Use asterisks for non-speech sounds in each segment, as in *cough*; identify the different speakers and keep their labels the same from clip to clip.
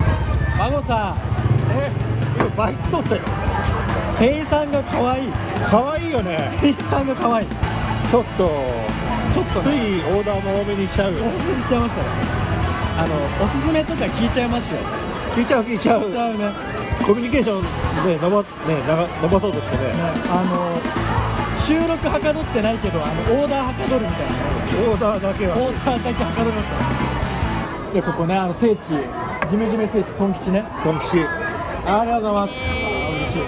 Speaker 1: あのさ
Speaker 2: え今バイク取ったよ
Speaker 1: 店員さんが可愛い
Speaker 2: 可愛いよね
Speaker 1: 店員さんが可愛い
Speaker 2: ちょっと
Speaker 1: ちょっと
Speaker 2: つ
Speaker 1: ね
Speaker 2: いオーダーも多めにしちゃうよ
Speaker 1: 興奮しちゃいましたねあのおすすめとか聞いちゃいますよ
Speaker 2: 聞いちゃう聞いちゃ
Speaker 1: 聞いち
Speaker 2: う
Speaker 1: ゃうねね
Speaker 2: コミュニケーションね伸ばね長伸ばそうとしてね
Speaker 1: あの収録はかどってないけどあのオーダーはかどるみたいな
Speaker 2: オーダーだけは
Speaker 1: オーダーだけはかどりましたでここねあの聖地ジメジメ聖地トン吉ね
Speaker 2: ドン吉
Speaker 1: ありがとうございますあ嬉しい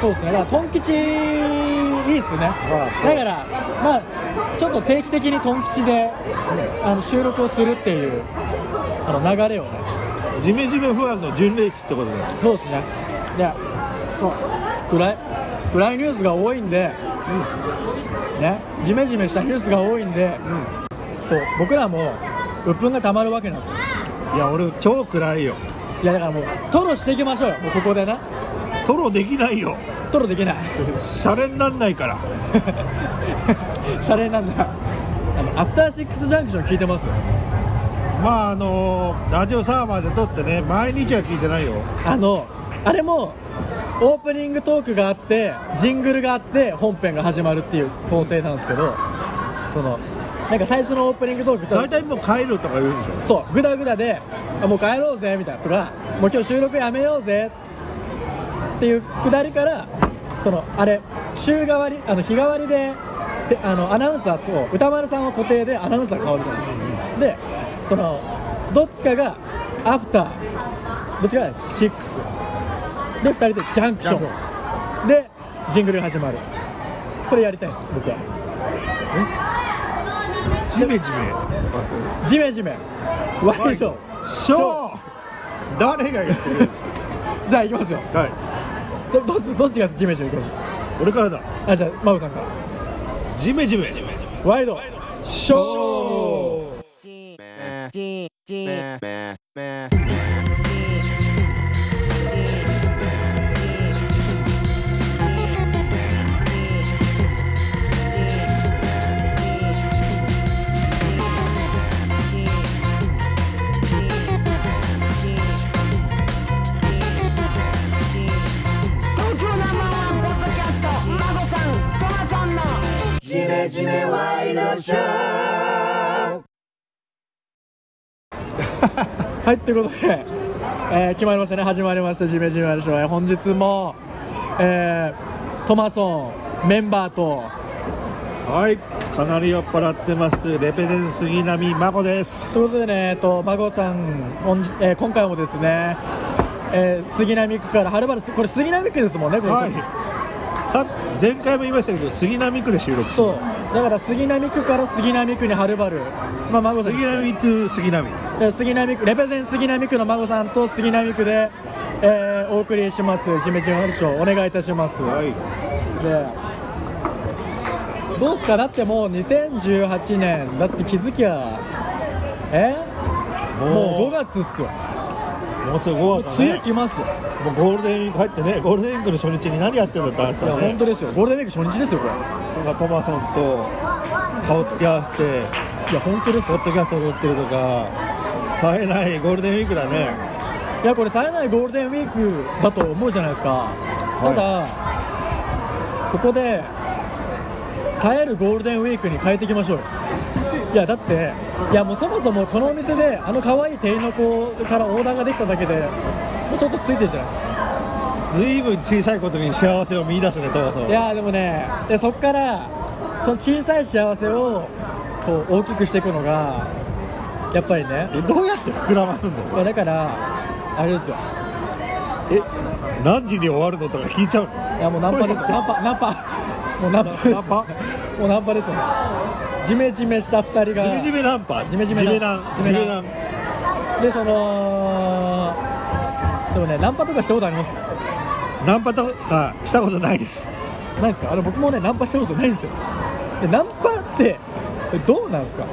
Speaker 1: そうですねだからトン吉いいっすね
Speaker 2: あ
Speaker 1: だからまあちょっと定期的にトン吉であの収録をするっていうあの流れをね
Speaker 2: ジメジメ不安の巡礼地ってことだよ
Speaker 1: そうですねでと暗い暗いニュースが多いんで、ねジメジメしたニュースが多いんで、こう僕らも鬱憤がたまるわけなんですよ
Speaker 2: いや俺超暗いよ
Speaker 1: いやだからもうトロしていきましょうよもうここでね
Speaker 2: トロできないよ
Speaker 1: トロできない
Speaker 2: シャレになんないから
Speaker 1: *laughs* シャレになんだあのアフターシックスジャンクション聞いてます
Speaker 2: まああのラジオサーバーで撮ってね毎日は聞いてないよ
Speaker 1: あのあれもオープニングトークがあってジングルがあって本編が始まるっていう構成なんですけどそのなんか最初のオープニングトークちょっと
Speaker 2: 大体もう帰るとか言うんでしょ
Speaker 1: そうグダグダであもう帰ろうぜみたいなとかもう今日収録やめようぜっていうくだりからそのあれ週替わりあの日替わりでてあのアナウンサーと歌丸さんは固定でアナウンサー変わるじゃないですかでそのどっちかがアフターどっちかがシックスで2人でジャンクシ
Speaker 2: ジャンク
Speaker 1: ョンでジングルが始まるこれやりたいです僕は
Speaker 2: ジメジメ
Speaker 1: ジメジメワイド
Speaker 2: ショー誰が言ってる
Speaker 1: じゃあいきますよ
Speaker 2: は
Speaker 1: どどっちどっちがジメジメいきます
Speaker 2: い俺からだ
Speaker 1: あじゃあマグさんから
Speaker 2: ジメジメ
Speaker 1: ワイドショー
Speaker 2: ー
Speaker 3: 東京ナンバーワンポッドキャスト孫さんトマソンのジメジメワイドショー
Speaker 1: はいということで、えー決まりましたね始まりましたジメジメワイドショー、えー本日も、えートマソンメンバーと
Speaker 2: はいかなり酔っ払ってますレペデン杉並真子です
Speaker 1: ということでねえっと孫さん本日えー今回もですね、えー杉並区からはるばるすこれ杉並区ですもんねこれ
Speaker 2: はいさ前回も言いましたけど杉並区で収録して
Speaker 1: そう
Speaker 2: ます
Speaker 1: だから杉並区から杉並区にはるばる、まあ、孫さん
Speaker 2: 杉並 to 杉並
Speaker 1: えー杉並区レペゼン杉並区の孫さんと杉並区で、えーお送りしますジメジメワイドショーお願いいたします、
Speaker 2: はい
Speaker 1: でどうっすかだってもう2018年だって気づきゃえもう5
Speaker 2: も
Speaker 1: 月っすよ
Speaker 2: うもうすぐ5月だ
Speaker 1: 梅雨
Speaker 2: ね
Speaker 1: 来ますよ
Speaker 2: もうゴールデンウィーク入ってねゴールデンウィークの初日に何やってんだって話
Speaker 1: いや
Speaker 2: だね
Speaker 1: 本当ですよゴールデンウィーク初日ですよこれ
Speaker 2: なんかトマソンと顔つき合わせて
Speaker 1: いや本当です
Speaker 2: ポ
Speaker 1: よ
Speaker 2: ッドキャスト撮ってるとか冴えないゴールデンウィークだね
Speaker 1: いやこれ冴えないゴールデンウィークだと思うじゃないですか、ただここで冴えるゴールデンウィークに変えていきましょうよいやだっていやもうそもそもこのお店であの可愛い店員の子からオーダーができただけでもうちょっとついてるじゃないですか
Speaker 2: ずいぶん小さいことに幸せを見出すねトマソン
Speaker 1: いやでもねでそっからその小さい幸せをこう大きくしていくのがやっぱりね
Speaker 2: えどうやって膨らますんだ
Speaker 1: いやだからあれですよ
Speaker 2: え何時に終わるのとか聞いちゃうの
Speaker 1: いやもうナンパですよナンパナンパもうナンパです
Speaker 2: ナンパ
Speaker 1: もうナンパですよねジメジメした2人が
Speaker 2: ジメジメナンパ
Speaker 1: ジメジメナン
Speaker 2: ナン
Speaker 1: ジ
Speaker 2: ジ
Speaker 1: メナン
Speaker 2: メナン
Speaker 1: でそのでもねナンパとかしたことあります
Speaker 2: ナンパとかしたことないです
Speaker 1: ないですかあれ僕もねナンパしたことないんですよでナンパってどうなんですか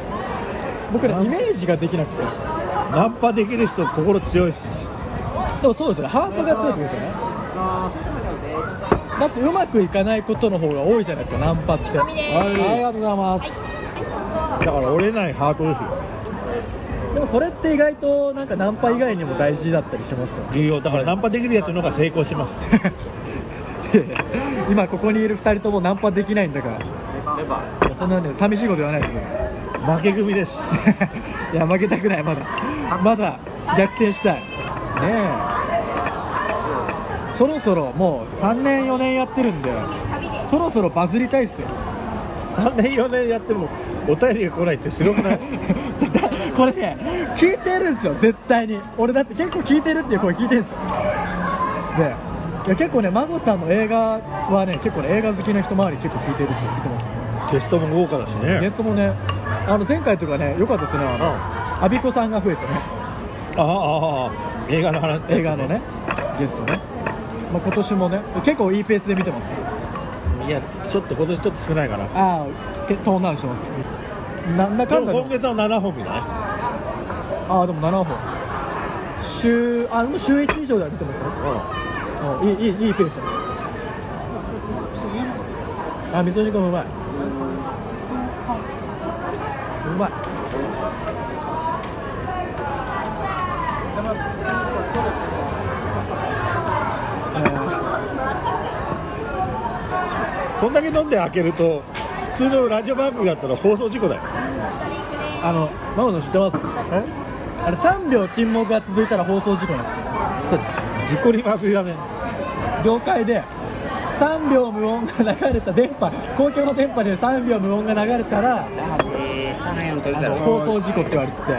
Speaker 1: 僕ね
Speaker 2: ナン
Speaker 1: イメージができなくて
Speaker 2: ナンパできる人心強いっす
Speaker 1: でもそうですよねハートが強いってことですよねだってうまくいかないことの方が多いじゃないですかナンパってはいありがとうございます
Speaker 2: だから折れないハートですよ
Speaker 1: でもそれって意外となんかナンパ以外にも大事だったりしますよね
Speaker 2: 重要だからナンパできるやつの方が成功します
Speaker 1: *laughs* 今ここにいる2人ともナンパできないんだからいやそんなね寂しいこと言わないで *laughs* くれ
Speaker 2: 負け組です
Speaker 1: いや負けたくないまだまだ逆転したいねえそろそろもう3年4年やってるんでそろそろバズりたいっすよ
Speaker 2: 3年4年やってもお便りが来ないってすごくない
Speaker 1: *laughs* ちょっとこれね聞いてるんすよ絶対に俺だって結構聞いてるっていう声聞いてるんすよでいや結構ね孫さんの映画はね結構ね映画好きの人周り結構聞いてるって聞いてます
Speaker 2: ゲストも豪華だし
Speaker 1: ゲ
Speaker 2: ね
Speaker 1: ストもねあの前回とかね良かったですねあのアビコさんが増えてね
Speaker 2: ああああ映画の話
Speaker 1: 映画のねゲストね、まあ、今年もね結構いいペースで見てます
Speaker 2: いやちょっと今年ちょっと少ないかな
Speaker 1: ああ結トーンダウンしてますなんだかんだ
Speaker 2: でも
Speaker 1: で
Speaker 2: 今月は7本目だね
Speaker 1: ああでも7本週あもう週1以上では見てますねうんいいいいいいペースだあ味噌汁もうまいうまい
Speaker 2: そんだけ飲んで開けると普通のラジオ番組だったら放送事故だよ
Speaker 1: あのママの知ってますあれ3秒沈黙が続いたら放送事故なんですよ
Speaker 2: 事故りまくりだね
Speaker 1: 業界で3秒無音が流れた電波公共の電波で3秒無音が流れたらあの放送事故って言われててそ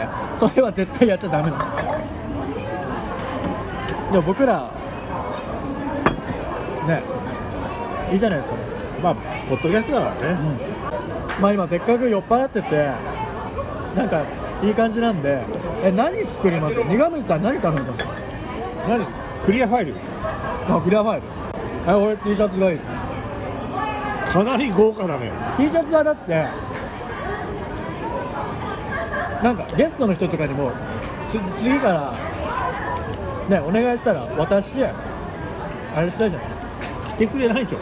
Speaker 1: れは絶対やっちゃダメなんですでも僕らねいいじゃないですかね
Speaker 2: まあポッドキャストだからね
Speaker 1: まあ今せっかく酔っ払っててなんかいい感じなんでえ何作ります苦水さん何頼みます
Speaker 2: 何クリアファイル
Speaker 1: あクリアファイルえ俺 T シャツがいいです
Speaker 2: かなり豪華だね
Speaker 1: T シャツはだってなんかゲストの人とかにもつ次からねお願いしたら渡してあれしたいじゃない
Speaker 2: 来てくれないじゃん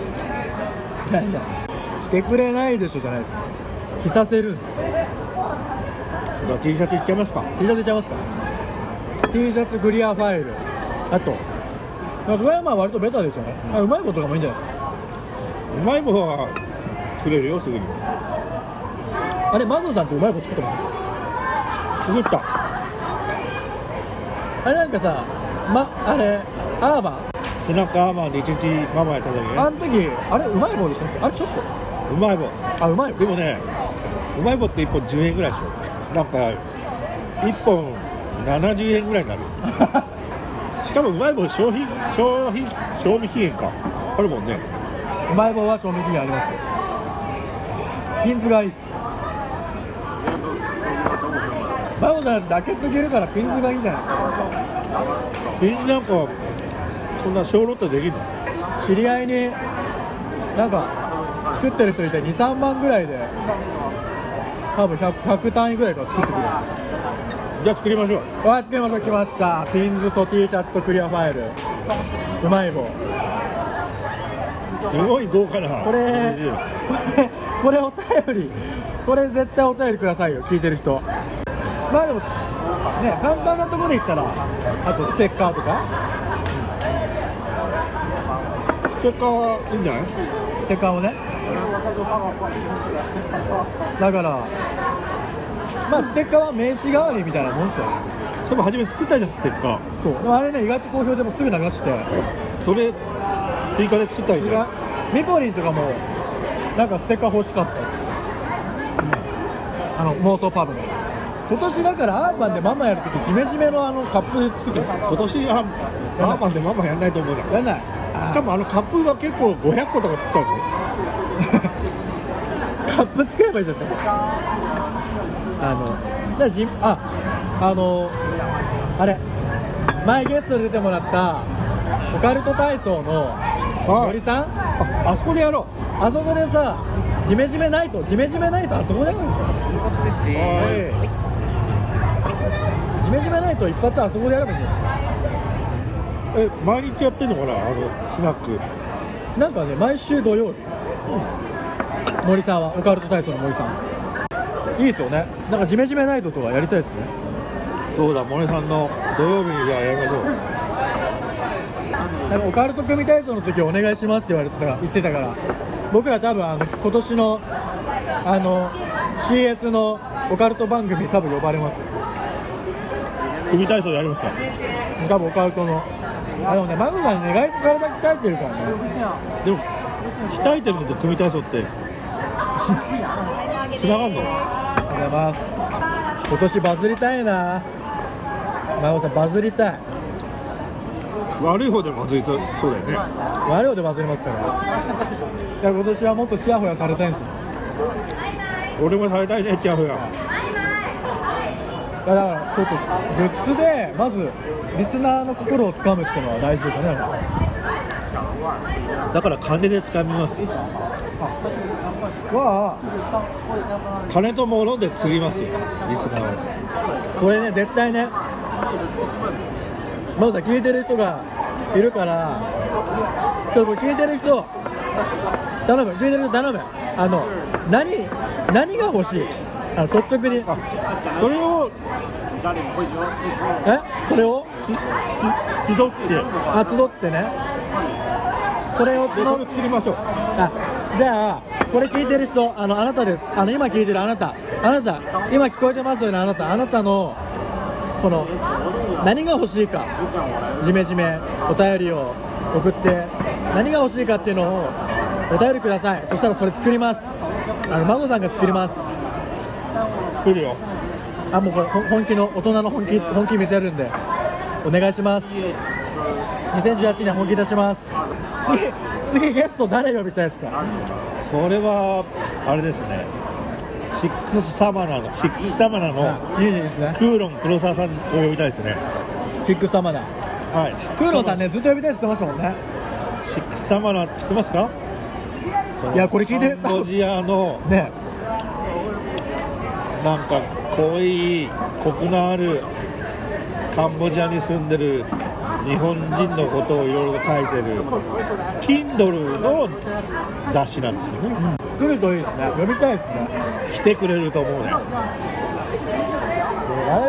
Speaker 1: 何だ来てくれないでしょじゃないですか着させるんですよ
Speaker 2: じゃあ T シャツいっちゃいますか
Speaker 1: T シャツいっちゃいますか T シャツクリアファイルあとまあそれはまあ割とベタですよね、あうまいことかもいいんじゃないです
Speaker 2: うまいものは作れるよすぐに
Speaker 1: かあれマグさんってうまいこと作ってます
Speaker 2: 作った
Speaker 1: あれなんかさまあれアーバン
Speaker 2: スナックアーマンで一日ママやった時ね
Speaker 1: あの時あれうまい棒でしたっけあれちょっと
Speaker 2: うまい棒
Speaker 1: あうまい
Speaker 2: でもねうまい棒って1本10円ぐらいでしょなんか1本70円ぐらいに
Speaker 1: *laughs*
Speaker 2: なるしかもうまい棒消費消費賞味期限かあるもんね
Speaker 1: うまい棒は賞味期限ありますよピンズがいいっすマヨさんだけとけるからピンズがいいんじゃな
Speaker 2: ビンズなんかそんな小ロットできるの
Speaker 1: い知り合いになんか作ってる人いて23万ぐらいで多分 100, 100単位ぐらいから作ってくれる
Speaker 2: じゃあ作りましょう
Speaker 1: はい作りましょう来ましたピンズと T シャツとクリアファイルうまい棒
Speaker 2: すごい豪華な
Speaker 1: これ *laughs* これこれお便りこれ絶対お便りくださいよ聞いてる人まあでもね簡単なところで言ったらあとステッカーとか
Speaker 2: ステッカーいいんじゃない
Speaker 1: ステッカーをねだからまあステッカーは名刺代わりみたいなもんですよ
Speaker 2: そういえば初め作ったじゃんステッカー
Speaker 1: そうでもあれね意外と好評でもすぐ流して
Speaker 2: それ追加で作ったらいいんじゃない
Speaker 1: ミポリンとかもなんかステッカー欲しかったです、あの妄想パブの今年だからアーバンでママやるときジメジメのあのカップ作ってる
Speaker 2: 今年はアーマンでママやんないと思うな
Speaker 1: やんない
Speaker 2: し
Speaker 1: し
Speaker 2: か
Speaker 1: かも
Speaker 2: もあのカップが結構500個とか作ったの
Speaker 1: カップ作ればいいじゃないですかあのだしああのあれ前ゲストで出てもらったオカルト体操の森さん
Speaker 2: ああそこでやろ
Speaker 1: あそこでさジメジメないとジメジメないとあそこでやるんですよ
Speaker 2: うは
Speaker 1: ジメジメないと一発あそこでやればいいんじゃないですか
Speaker 2: いえ毎日やってんのかなあのスナック
Speaker 1: なんかね毎週土曜日、森さんはオカルト体操の森さんいいですよねなんかジメジメナイトとかやりたいですね
Speaker 2: そうだ森さんの土曜日にじゃあやりましょう
Speaker 1: なんかオカルト組体操の時お願いしますって言われてたから言ってたから僕ら多分あの今年のあの CS のオカルト番組多分呼ばれます
Speaker 2: 組体操やりますか
Speaker 1: 多分オカルトのあでもねマグさん願いと体鍛えてるからね
Speaker 2: でも鍛えてるのと組体操ってつながんの
Speaker 1: ありがとうございます今年バズりたいなマグさんバズりたい
Speaker 2: 悪い方でもまずいそうだよね
Speaker 1: 我々でバズりますからいや今年はもっとチヤホヤされたいんですよ
Speaker 2: 俺もされたいねキャフや
Speaker 1: だからちょっとグッズでまずリスナーの心をつかむっていうのは大事ですよね
Speaker 2: だから金で掴みますよ
Speaker 1: わ
Speaker 2: 金と物で釣りますよリスナーを
Speaker 1: あこれね絶対ねまずは聞いてる人がいるからちょっとこれ聞いてる人頼む聞いてる人頼むあの何何が欲しいあ率直に
Speaker 2: それを
Speaker 1: えそれを
Speaker 2: 集って
Speaker 1: あ集ってねそれを
Speaker 2: それ
Speaker 1: 募
Speaker 2: を作りましょう
Speaker 1: あじゃあこれ聞いてる人あのあなたですあの今聞いてるあなたあなた今聞こえてますよねあなたあなたのこの何が欲しいかジメジメお便りを送って何が欲しいかっていうのをお便りくださいそしたらそれ作りますあの孫さんが作ります
Speaker 2: 作るよ
Speaker 1: あもうこれほん本気の大人の本気本気見せるんでお願いします2018年本気出します次次ゲスト誰呼びたいですか
Speaker 2: それはあれですねシックスサマナのシックスサマナの
Speaker 1: いいですね
Speaker 2: クーロン黒沢さんを呼びたいですね
Speaker 1: シックス様だ
Speaker 2: はい
Speaker 1: クーロンさんねずっと呼びたいって言ってましたもんね
Speaker 2: シックスサマナ知ってますか
Speaker 1: いやこれ聞いてる
Speaker 2: カンボジアの
Speaker 1: ね
Speaker 2: なんか濃いコクのあるカンボジアに住んでる日本人のことをいろいろ書いてる Kindle の雑誌なんですよね
Speaker 1: 来るといいですね呼びたいですね
Speaker 2: 来てくれると思うね
Speaker 1: 誰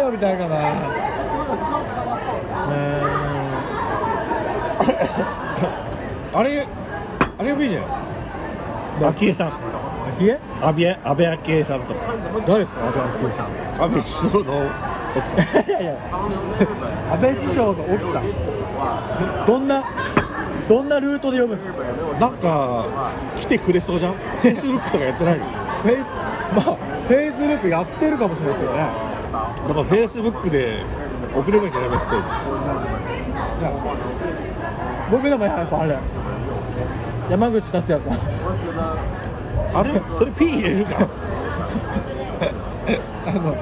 Speaker 1: 呼びたいかなう
Speaker 2: あれあれもいいんじゃない昭恵さ
Speaker 1: ー
Speaker 2: ん
Speaker 1: ん秋江
Speaker 2: 安倍安倍昭恵さんとか
Speaker 1: 誰ですか安倍さん
Speaker 2: 安倍首相の奥さん
Speaker 1: いやいや安倍首相が奥さんどんなどんなルートで呼ぶんですか
Speaker 2: なんか来てくれそうじゃん Facebook とかやってないの
Speaker 1: フェイスまあフェイスブックやってるかもしれないですよね
Speaker 2: なんか Facebook で送ればいいんじゃないメッセージ
Speaker 1: いや僕でもやっぱあれ山口達也さん
Speaker 2: あれそれ P 入れるか
Speaker 1: あの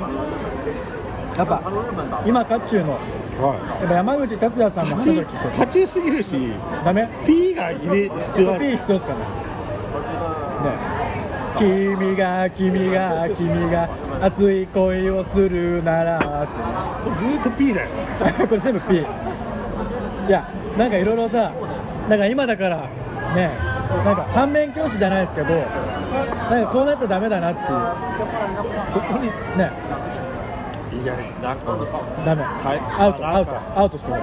Speaker 1: やっぱ今かっちゅうの
Speaker 2: は
Speaker 1: やっぱ山口達也さんの
Speaker 2: い
Speaker 1: 話を聞く
Speaker 2: 爬虫すぎるし
Speaker 1: とダメ
Speaker 2: P が入れ必
Speaker 1: ちょ
Speaker 2: 要
Speaker 1: っ
Speaker 2: あ
Speaker 1: と P
Speaker 2: る
Speaker 1: 必要ですかねね君が君が君が熱い恋をするなら
Speaker 2: これずーっと P だよ
Speaker 1: って *laughs* これ全部 P いやなんかいろいろさなんか今だからねなんか反面教師じゃないですけどなんかこうなっちゃダメだなってい
Speaker 2: そこに
Speaker 1: うね
Speaker 2: いやなんか
Speaker 1: ダメ
Speaker 2: はい
Speaker 1: アウト
Speaker 2: な
Speaker 1: ア
Speaker 2: ん
Speaker 1: ウト
Speaker 2: か
Speaker 1: アウトしてる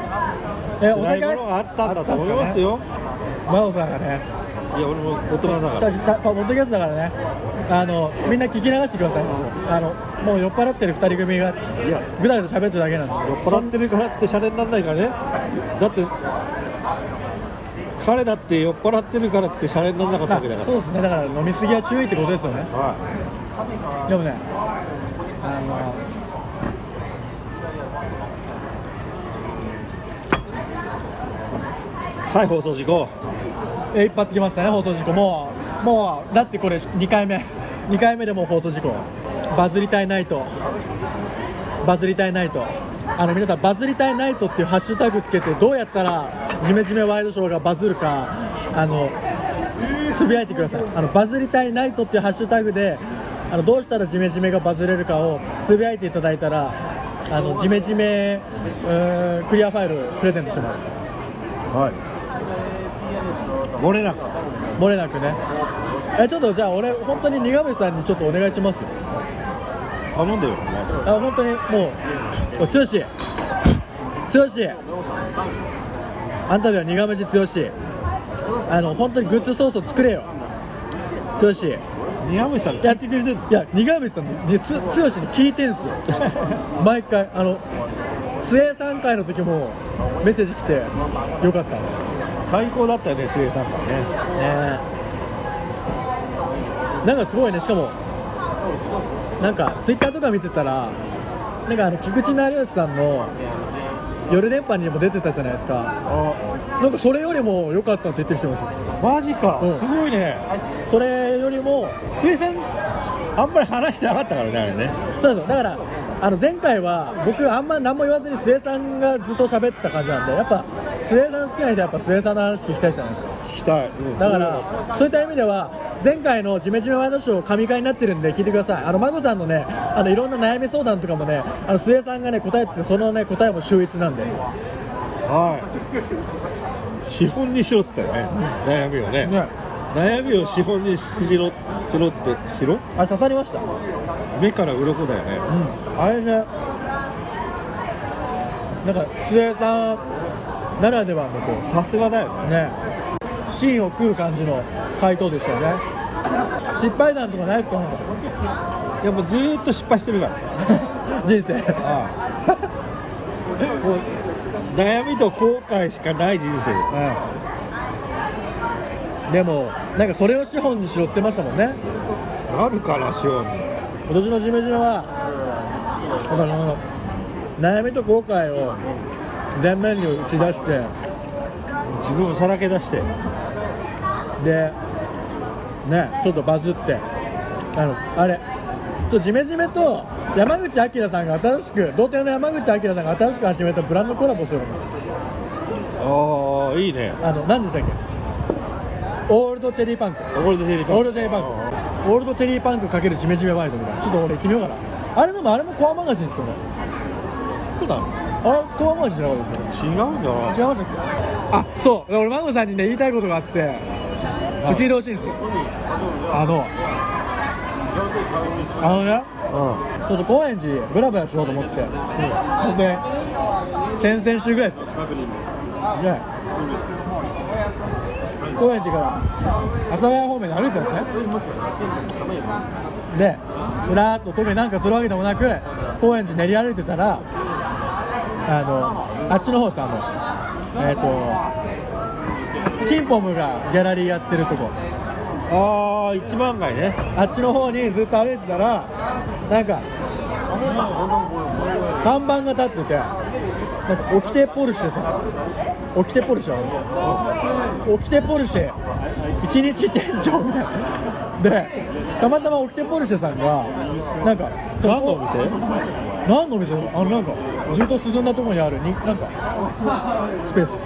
Speaker 1: えお
Speaker 2: 辛い
Speaker 1: 酒
Speaker 2: ものがあったんだと思いますよ
Speaker 1: 真央さんがね
Speaker 2: いや俺も大人だから
Speaker 1: 私たポッドキャストだからねあのみんな聞き流してくださいあのもう酔っ払ってる2人組が
Speaker 2: いや
Speaker 1: ぐだぐだ喋ってるだけなんで
Speaker 2: 酔っ払ってるからってシャレにならないからねだって彼だって酔っ払ってるからってシャレにならなかったわけだ
Speaker 1: まあ
Speaker 2: か
Speaker 1: そうですねだから飲みすぎは注意ってことですよね
Speaker 2: らは
Speaker 1: でもねあの
Speaker 2: いはい放送事故
Speaker 1: え一発来ましたね放送事故もうもうだってこれ2回目2回目 *laughs* でもう放送事故バズりたいナイトバズりたいナイトあの皆さんバズりたいナイトっていうハッシュタグつけてどうやったらジメジメワイドショーがバズるかあのつぶやいてくださいあのバズりたいナイトっていうハッシュタグであのどうしたらジメジメがバズれるかをつぶやいていただいたらあのジメジメうーんクリアファイルプレゼントします
Speaker 2: はい漏れなく
Speaker 1: 漏れなくねえちょっとじゃあ俺本当に苦虫さんにちょっとお願いしますよ
Speaker 2: 頼んだよお前
Speaker 1: あ本当にもうお剛剛あんたでは苦虫剛あの本当にグッズソースを作れよ剛い
Speaker 2: 宮虫さん
Speaker 1: や
Speaker 2: やってくれてんの
Speaker 1: や苦虫さんにつ剛に聞いてんすよ *laughs* 毎回あの末3回の時もメッセージ来てよかったんですよ
Speaker 2: 最高だったよね末さんがね
Speaker 1: ねなんかすごいねしかもなんかツイッターとか見てたらなんかあの菊池成吉さんの「夜電波」にも出てたじゃないですか
Speaker 2: あ
Speaker 1: なんかそれよりも良かったって言ってる人いました
Speaker 2: マジか、
Speaker 1: うん
Speaker 2: すごいね
Speaker 1: それよりも
Speaker 2: 末さんあんまり話してなかったからねあれね
Speaker 1: そうですよだからあの前回は僕あんま何も言わずに末さんがずっと喋ってた感じなんでやっぱ末さん好きな人はやっぱ末さんの話聞きたいじゃないですか
Speaker 2: 聞きたい、うん
Speaker 1: だか
Speaker 2: そうだ
Speaker 1: ら、そういった意味では、前回のジメジメワイドショー、神回になってるんで、聞いてください、あのマゴさんのね、あのいろんな悩み相談とかもね、あの末さんがね、答えてて、そのね、答えも秀逸なんで、ね、
Speaker 2: はい資本にしろって言ったよね悩みをね悩みを資本にしろしろってしろ
Speaker 1: あれ、刺さりました、
Speaker 2: 目から鱗だよね、あれね
Speaker 1: なんか、末さんならではのこ
Speaker 2: さすがだよね
Speaker 1: う、ね、芯を食う感じの回答でしたよね、失敗談とかないですか、 *laughs*
Speaker 2: いやもうずーっと失敗してるから
Speaker 1: 人生、
Speaker 2: ああもう悩みと後悔しかない人生です
Speaker 1: でも、なんかそれを資本にしろって言ってましたもんね。
Speaker 2: なるからしように
Speaker 1: 今年のジメジメはこの悩みと後悔を全面に打ち出して
Speaker 2: 自分をさらけ出して
Speaker 1: でねちょっとバズってあのあれちょっとジメジメと山口晃さんが新しく童貞の山口晃さんが新しく始めたブランドコラボするの
Speaker 2: ああいいね
Speaker 1: あの何でしたっけオールドチェリーパンク
Speaker 2: オールドセリパン
Speaker 1: オールドチェリーパンクオールドチェリーパンクかけるジメジメワイドみたいなちょっと俺行ってみようかなあれでもあれもコアマガジンですよね
Speaker 2: そうなの
Speaker 1: あれコアマガジンじゃなかったですよね
Speaker 2: 違うんじゃない
Speaker 1: 違いましたっけあそう俺マンゴさんにね言いたいことがあって、
Speaker 2: い
Speaker 1: 聞いてほしいんですよあのあのね
Speaker 2: う
Speaker 1: ちょっと高円寺ブラブラしようと思って、で先々週ぐらいですよで高円寺から阿佐ヶ谷方面に歩いてたんですねでうらーっと特になんかするわけでもなく高円寺練り歩いてたらあのあっちの方さあのえっ、とチンポムがギャラリーやってるとこ
Speaker 2: んああ一番街ね
Speaker 1: あっちの方にずっと歩いてたらなんか看板が立っててなんかオキテポルシェさんオキテポルシェオキテポルシェ一日店長みたいなでたまたまオキテポルシェさんがなんかそ
Speaker 2: 何のお店
Speaker 1: 何のお店あのなんかずっと進んだところにあるになんかスペースい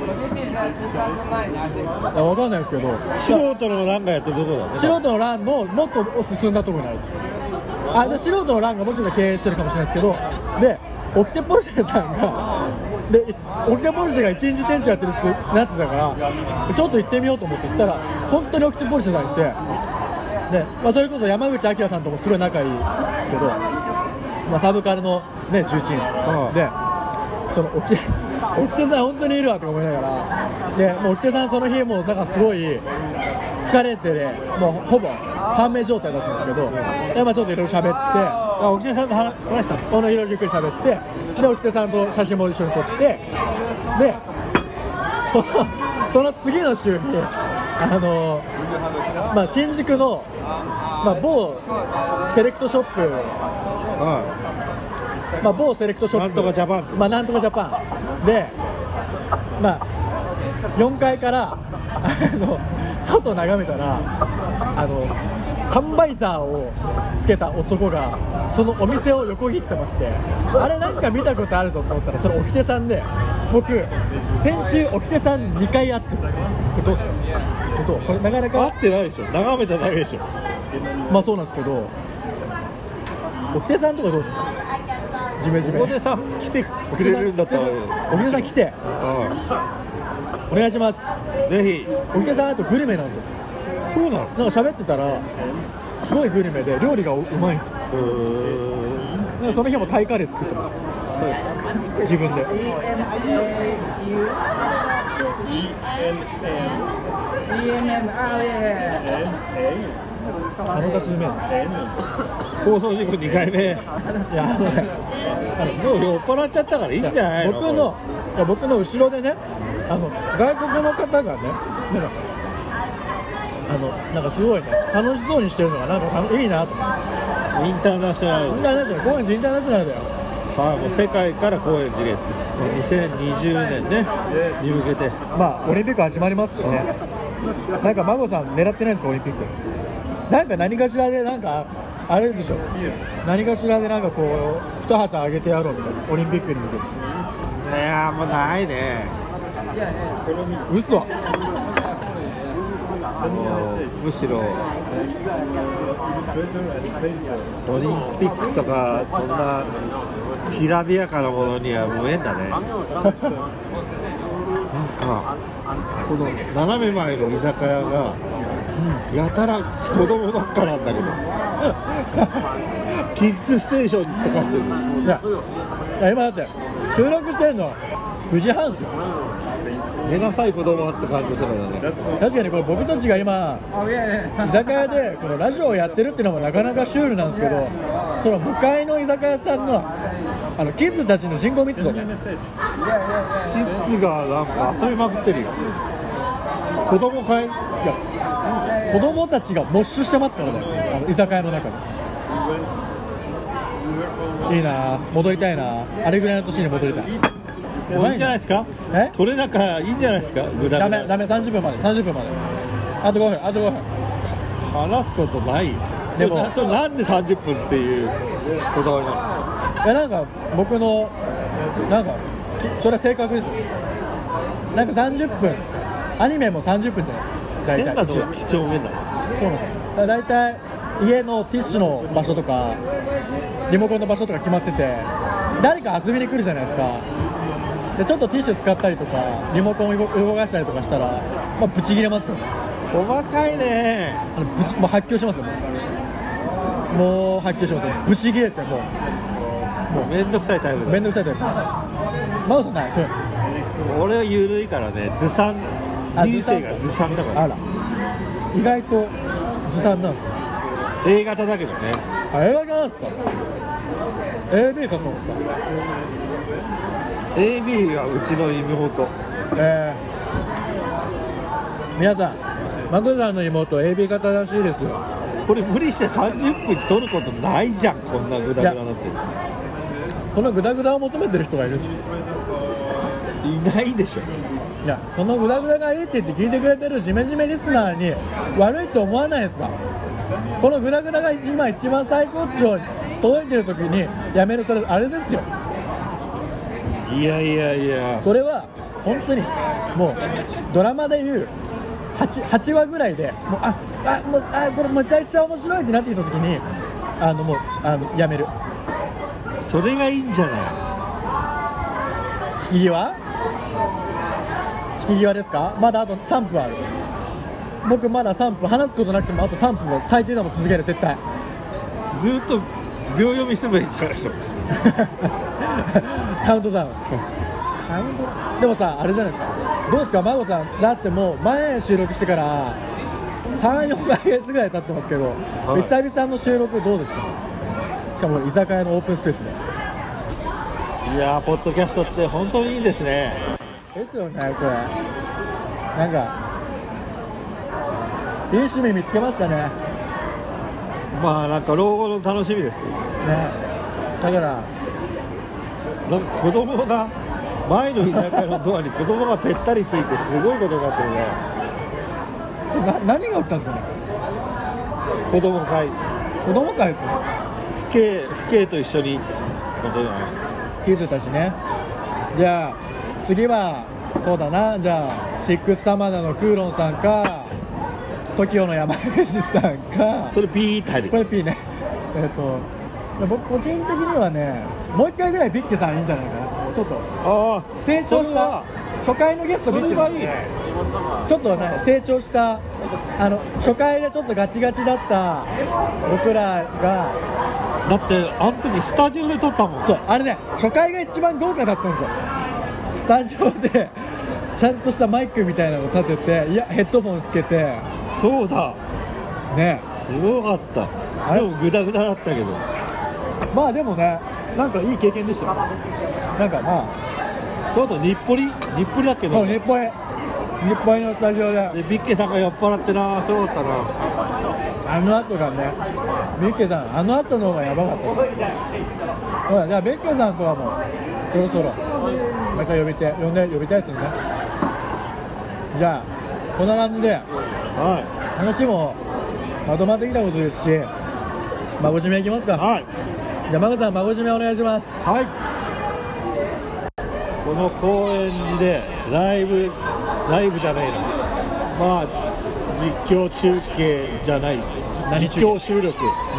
Speaker 1: やわかんないですけど
Speaker 2: 素人のなんかやってるとこだね
Speaker 1: 素人の欄のもっと進んだところにあるんですよあで素人の欄がもしかしたら経営してるかもしれないですけどでオキテポルシェさんがでオキテポルシェが一日店長やってるっすなってたからちょっと行ってみようと思って行ったら本当にオキテポルシェさんいてで、まあ、それこそ山口晃さんともすごい仲いいけど、まあ、サブカルの、ね、重鎮
Speaker 2: ん
Speaker 1: でそのおきおきてさん本当にいるわとか思いながらでもうおきてさんその日もうなんかすごい疲れてねもうほぼ半命状態だったんですけどで、まあ、ちょっといろいろ喋って。
Speaker 2: あ沖田さんと話話したの
Speaker 1: 小野広ゆっくり喋ってで沖手さんと写真も一緒に撮ってでそのその次の週にあの、まあ、新宿の、まあ、某セレクトショップ、
Speaker 2: は
Speaker 1: まあ、某セレクトショップ
Speaker 2: なんとかジャパン
Speaker 1: まあ、なんとかジャパンで、まあ、4階からあの外眺めたらあのサンバイザーをつけた男がそのお店を横切ってましてあれなんか見たことあるぞと思ったらそれ沖手さんで僕先週沖手さん2回会ってるこれどうすかこれどうこれなかなか
Speaker 2: い会ってないでしょ眺めただけでしょ
Speaker 1: まあそうなんですけど沖手さんとかどうすかジメジメ
Speaker 2: ここでさ来てくれるんだったら
Speaker 1: 沖手さん来てお願いします
Speaker 2: うんぜひ
Speaker 1: 沖手さんあとグルメなんですよ
Speaker 2: そうなの
Speaker 1: なんか喋ってたらすごいグルメで料理がううまいんですよ
Speaker 2: うーん
Speaker 1: だからその日もタイカレー作ってました自分で
Speaker 4: EMMA で
Speaker 1: あのカツうめえない
Speaker 2: 放送事故2回目
Speaker 1: やあのねあの
Speaker 2: もう酔っ払っちゃったからいいんじゃないの
Speaker 1: 僕のいや僕の後ろでねあの外国の方がねなんかあのなんかすごいね楽しそうにしてるのがなんか楽いいなと思って
Speaker 2: インターナショナ
Speaker 1: イン
Speaker 2: ル
Speaker 1: ターナショナル高円寺インターナショナルだよ
Speaker 2: はいもう世界から公演事例2020年ねに向けて
Speaker 1: まあオリンピック始まりますしねなんか孫さん狙ってないんですかオリンピックなんか何かしらでなんかあれでしょ何かしらでなんかこう一旗あげてやろうみたいなオリンピックに向けて
Speaker 2: いやーもうないね
Speaker 1: 嘘
Speaker 2: もうむしろオリンピックとかそんなきらびやかなものには無縁だねなんかこの斜め前の居酒屋がやたら子供ばっかなんだけどキッズステーションとかしてる
Speaker 1: いやいや今だって収録してんの9時半っすよ
Speaker 2: 寝なさい子供って感じするよね
Speaker 1: 確かにこれ僕たちが今
Speaker 4: Oh yeah.
Speaker 1: 居酒屋でこのラジオをやってるっていうのもなかなかシュールなんですけどその向かいの居酒屋さんのあのキッズたちの人口密度ね
Speaker 2: キッズがなんか遊びまくってるよ子供会いや
Speaker 1: 子供たちがモッシュしてますからねあの居酒屋の中でいいなあ戻りたいなああれぐらいの年に戻りたい
Speaker 2: もういいんじゃないですか
Speaker 1: え
Speaker 2: 取れ高いいんじゃないですかグダ
Speaker 1: ダ
Speaker 2: グ
Speaker 1: メ
Speaker 2: ダ
Speaker 1: ダメ30分まで30分まであと5分あと5分
Speaker 2: 話すことないよ
Speaker 1: でも
Speaker 2: *laughs* それななんで30分っていうこだわりない
Speaker 1: やなんか僕のなんかきそれは正確ですよなんか30分アニメも30分じゃない
Speaker 2: の
Speaker 1: ですか大体
Speaker 2: 変だぞ几帳面だな
Speaker 1: そうなんですよだから大体家のティッシュの場所とかリモコンの場所とか決まってて誰か遊びに来るじゃないですかでちょっとティッシュ使ったりとかリモコンを動動かしたりとかしたら、まあ、ブチ切れますよね
Speaker 2: 細かいね
Speaker 1: あのブチもう発狂しますよもうもう発狂しますよブチ切れても
Speaker 2: もうめんどくさいタイプ
Speaker 1: うめ
Speaker 2: だ
Speaker 1: んどくさいというか真央さんないそういうの
Speaker 2: 俺は緩いからねずさん
Speaker 1: あ
Speaker 2: 人生がずさんだか
Speaker 1: あ
Speaker 2: ら
Speaker 1: ら意外とずさんなんですよ
Speaker 2: A 型だけどね
Speaker 1: あれだけなんですか AB かと思った
Speaker 2: AB がうちの妹
Speaker 1: えー、皆さん、マコさんの妹、AB 型らしいですよ。
Speaker 2: これ無理して30分取ることないじゃんこんなグダグダなって
Speaker 1: そのグダグダを求めてる人がいるんですよ。
Speaker 2: いないでしょ
Speaker 1: いや、そのグダグダがいいって言って聞いてくれてるジメジメリスナーに悪いと思わないですかこのグダグダが今一番最高潮に届いてる時にやめる、それ、あれですよ。
Speaker 2: いやいやいや
Speaker 1: それは本当にもうドラマでいう 8, 8話ぐらいでもうああもうあこれめちゃくちゃ面白いってなってきた時にあのもうあのやめる
Speaker 2: それがいいんじゃない
Speaker 1: 引き際引き際ですかまだあと3分ある僕まだ3分話すことなくてもあと3分は最低でも続ける絶対
Speaker 2: ずっと秒読みしてもいいんじゃないの
Speaker 1: *laughs* カウントダウンカウントダウンでもさあれじゃないですかどうですか真帆さんだってもう前収録してから34ヶ月ぐらい経ってますけど、
Speaker 2: い
Speaker 1: 久々の収録どうですかしかも居酒屋のオープンスペースで
Speaker 2: いやーポッドキャストって本当にいいですね
Speaker 1: ですよねこれなんかいい趣味見つけましたね
Speaker 2: まあなんか老後の楽しみです
Speaker 1: ねだから
Speaker 2: なんか子供が前の居酒屋のドアに子供がぺったりついてすごいことになってるね
Speaker 1: な何が起きたんですかね
Speaker 2: 子供会
Speaker 1: 子供会ですか
Speaker 2: 父兄父兄と一緒にってことじゃない
Speaker 1: 聞いてたしねじゃあ次はそうだなじゃあシックスサマダのクーロンさんか TOKIO の山口さんか
Speaker 2: それビーって入る
Speaker 1: これ P ねえっ、と僕個人的にはねもう一回ぐらいビッケさんいいんじゃないかなちょっと
Speaker 2: ああ
Speaker 1: 成長
Speaker 2: そ
Speaker 1: し
Speaker 2: れは
Speaker 1: た初回のゲスト
Speaker 2: そ
Speaker 1: ビッ
Speaker 2: れ
Speaker 1: ケ
Speaker 2: が
Speaker 1: さ
Speaker 2: い
Speaker 1: ん
Speaker 2: いね
Speaker 1: ちょっとね成長したあの初回でちょっとガチガチだった僕らが
Speaker 2: だってあの時スタジオで撮ったもん
Speaker 1: そうあれね初回が一番豪華だったんですよスタジオでちゃんとしたマイクみたいなのを立てていやヘッドホンつけて
Speaker 2: そうだ
Speaker 1: ね
Speaker 2: すごかった
Speaker 1: あれ
Speaker 2: でもグダグダだったけど
Speaker 1: まあでもねなんかいい経験でしたよなんかまあ
Speaker 2: そうだ日暮里日暮里だっけど
Speaker 1: そう日暮里日暮里のスタジオで
Speaker 2: でビッケさんが酔っ払ってなそうだったな
Speaker 1: あの後がね、ベッケさん、あの後の方がやばかった。ほら、じゃあベッケさんとはもう、そろそろ、また呼びて、呼んで、呼びたいですよね。じゃあ、こんな感じで、
Speaker 2: は
Speaker 1: 話もまとまってきたことですし、孫締めいきます
Speaker 2: い
Speaker 1: か。
Speaker 2: はい
Speaker 1: じゃあ、孫さん、孫締めお願いします。
Speaker 2: はいこの高円寺でライブライブじゃないなまあ実況中継じゃない
Speaker 1: 何中継
Speaker 2: 実況収録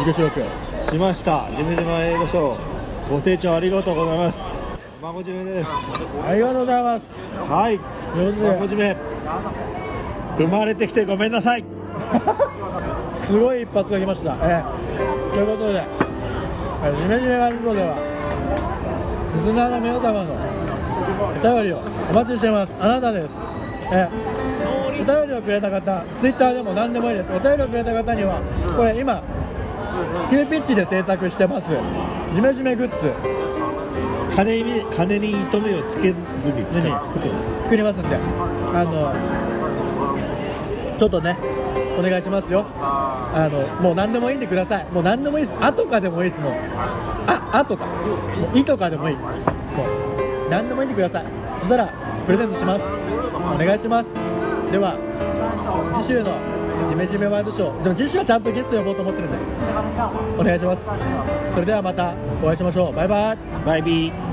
Speaker 1: 自己紹介。
Speaker 2: しましたジメジメ英語ショーご清聴ありがとうございます孫締めです
Speaker 1: ありがとうございます。
Speaker 2: はい
Speaker 1: 上手
Speaker 2: 孫締め生まれてきてごめんなさい
Speaker 1: すごい一発が来ました、ええということで「ええじめじめワイルド」ではリスナーの皆様のお便りをお待ちしていますあなたです、ええお便りをくれた方ツイッターでも何でもいいですお便りをくれた方にはこれ今急ピッチで制作してますじめじめグッズ
Speaker 2: 金に金に糸目をつけずに作
Speaker 1: 何
Speaker 2: ってます
Speaker 1: 作りますんであのちょっとねお願いしますよあのもう何でもいいんでくださいもう何でもいいです「あ」とかでもいいですもう「あ」あとかもう「い」とかでもいいもう何でもいいんでくださいそしたらプレゼントしますお願いしますでは次週の「ジメジメワイドショー」でも次週はちゃんとゲスト呼ぼうと思ってるんでお願いしますそれではまたお会いしましょうバイバイ
Speaker 2: バイビー